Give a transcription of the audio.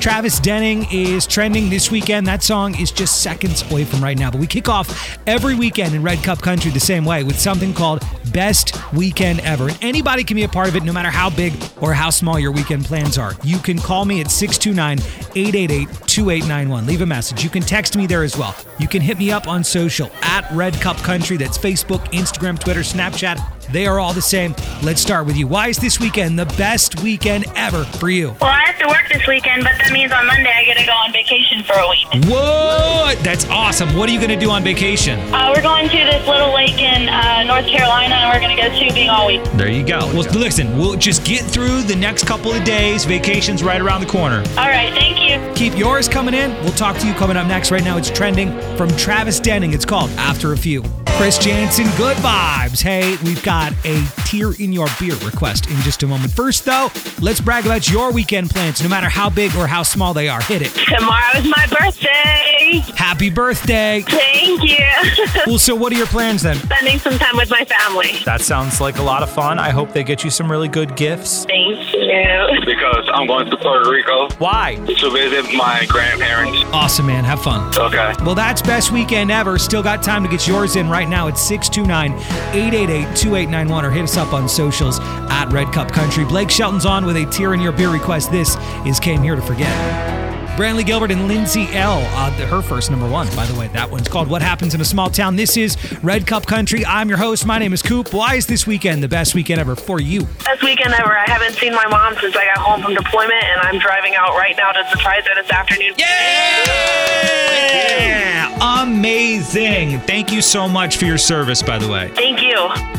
Travis Denning is trending this weekend. That song is just seconds away from right now. But we kick off every weekend in Red Cup Country the same way with something called Best Weekend Ever. And anybody can be a part of it, no matter how big or how small your weekend plans are. You can call me at 629 888 2891. Leave a message. You can text me there as well. You can hit me up on social at Red Cup Country. That's Facebook, Instagram, Twitter, Snapchat. They are all the same. Let's start with you. Why is this weekend the best weekend ever for you? Well, I have to work this weekend, but that means on Monday I get to go on vacation for a week. Whoa! That's awesome. What are you going to do on vacation? Uh, we're going to this little lake in uh, North Carolina, and we're going to go tubing all week. There you go. Well, listen, we'll just get through the next couple of days. Vacation's right around the corner. All right, thank you. Keep yours coming in. We'll talk to you coming up next. Right now, it's trending from Travis Denning. It's called After a Few. Chris Jansen, good vibes. Hey, we've got a tear in your beer request in just a moment. First, though, let's brag about your weekend plans, no matter how big or how small they are. Hit it. Tomorrow's my birthday. Happy birthday. Thank you. Well, so what are your plans then? Spending some time with my family. That sounds like a lot of fun. I hope they get you some really good gifts. Thank you. because I'm going to Puerto Rico Why? to visit my grandparents. Awesome, man. Have fun. Okay. Well, that's best weekend ever. Still got time to get yours in right now. It's 629 888 2891 or hit us up on socials at Red Cup Country. Blake Shelton's on with a tear in your beer request. This is Came Here to Forget. Brantley Gilbert and Lindsay L. Uh, the- her first number one, by the way. That one's called What Happens in a Small Town. This is Red Cup Country. I'm your host. My name is Coop. Why is this weekend the best weekend ever for you? Best weekend ever. I haven't seen my mom since I got home from deployment, and I'm driving out right now to surprise her this afternoon. Yeah! Amazing. Thank you so much for your service, by the way. Thank you.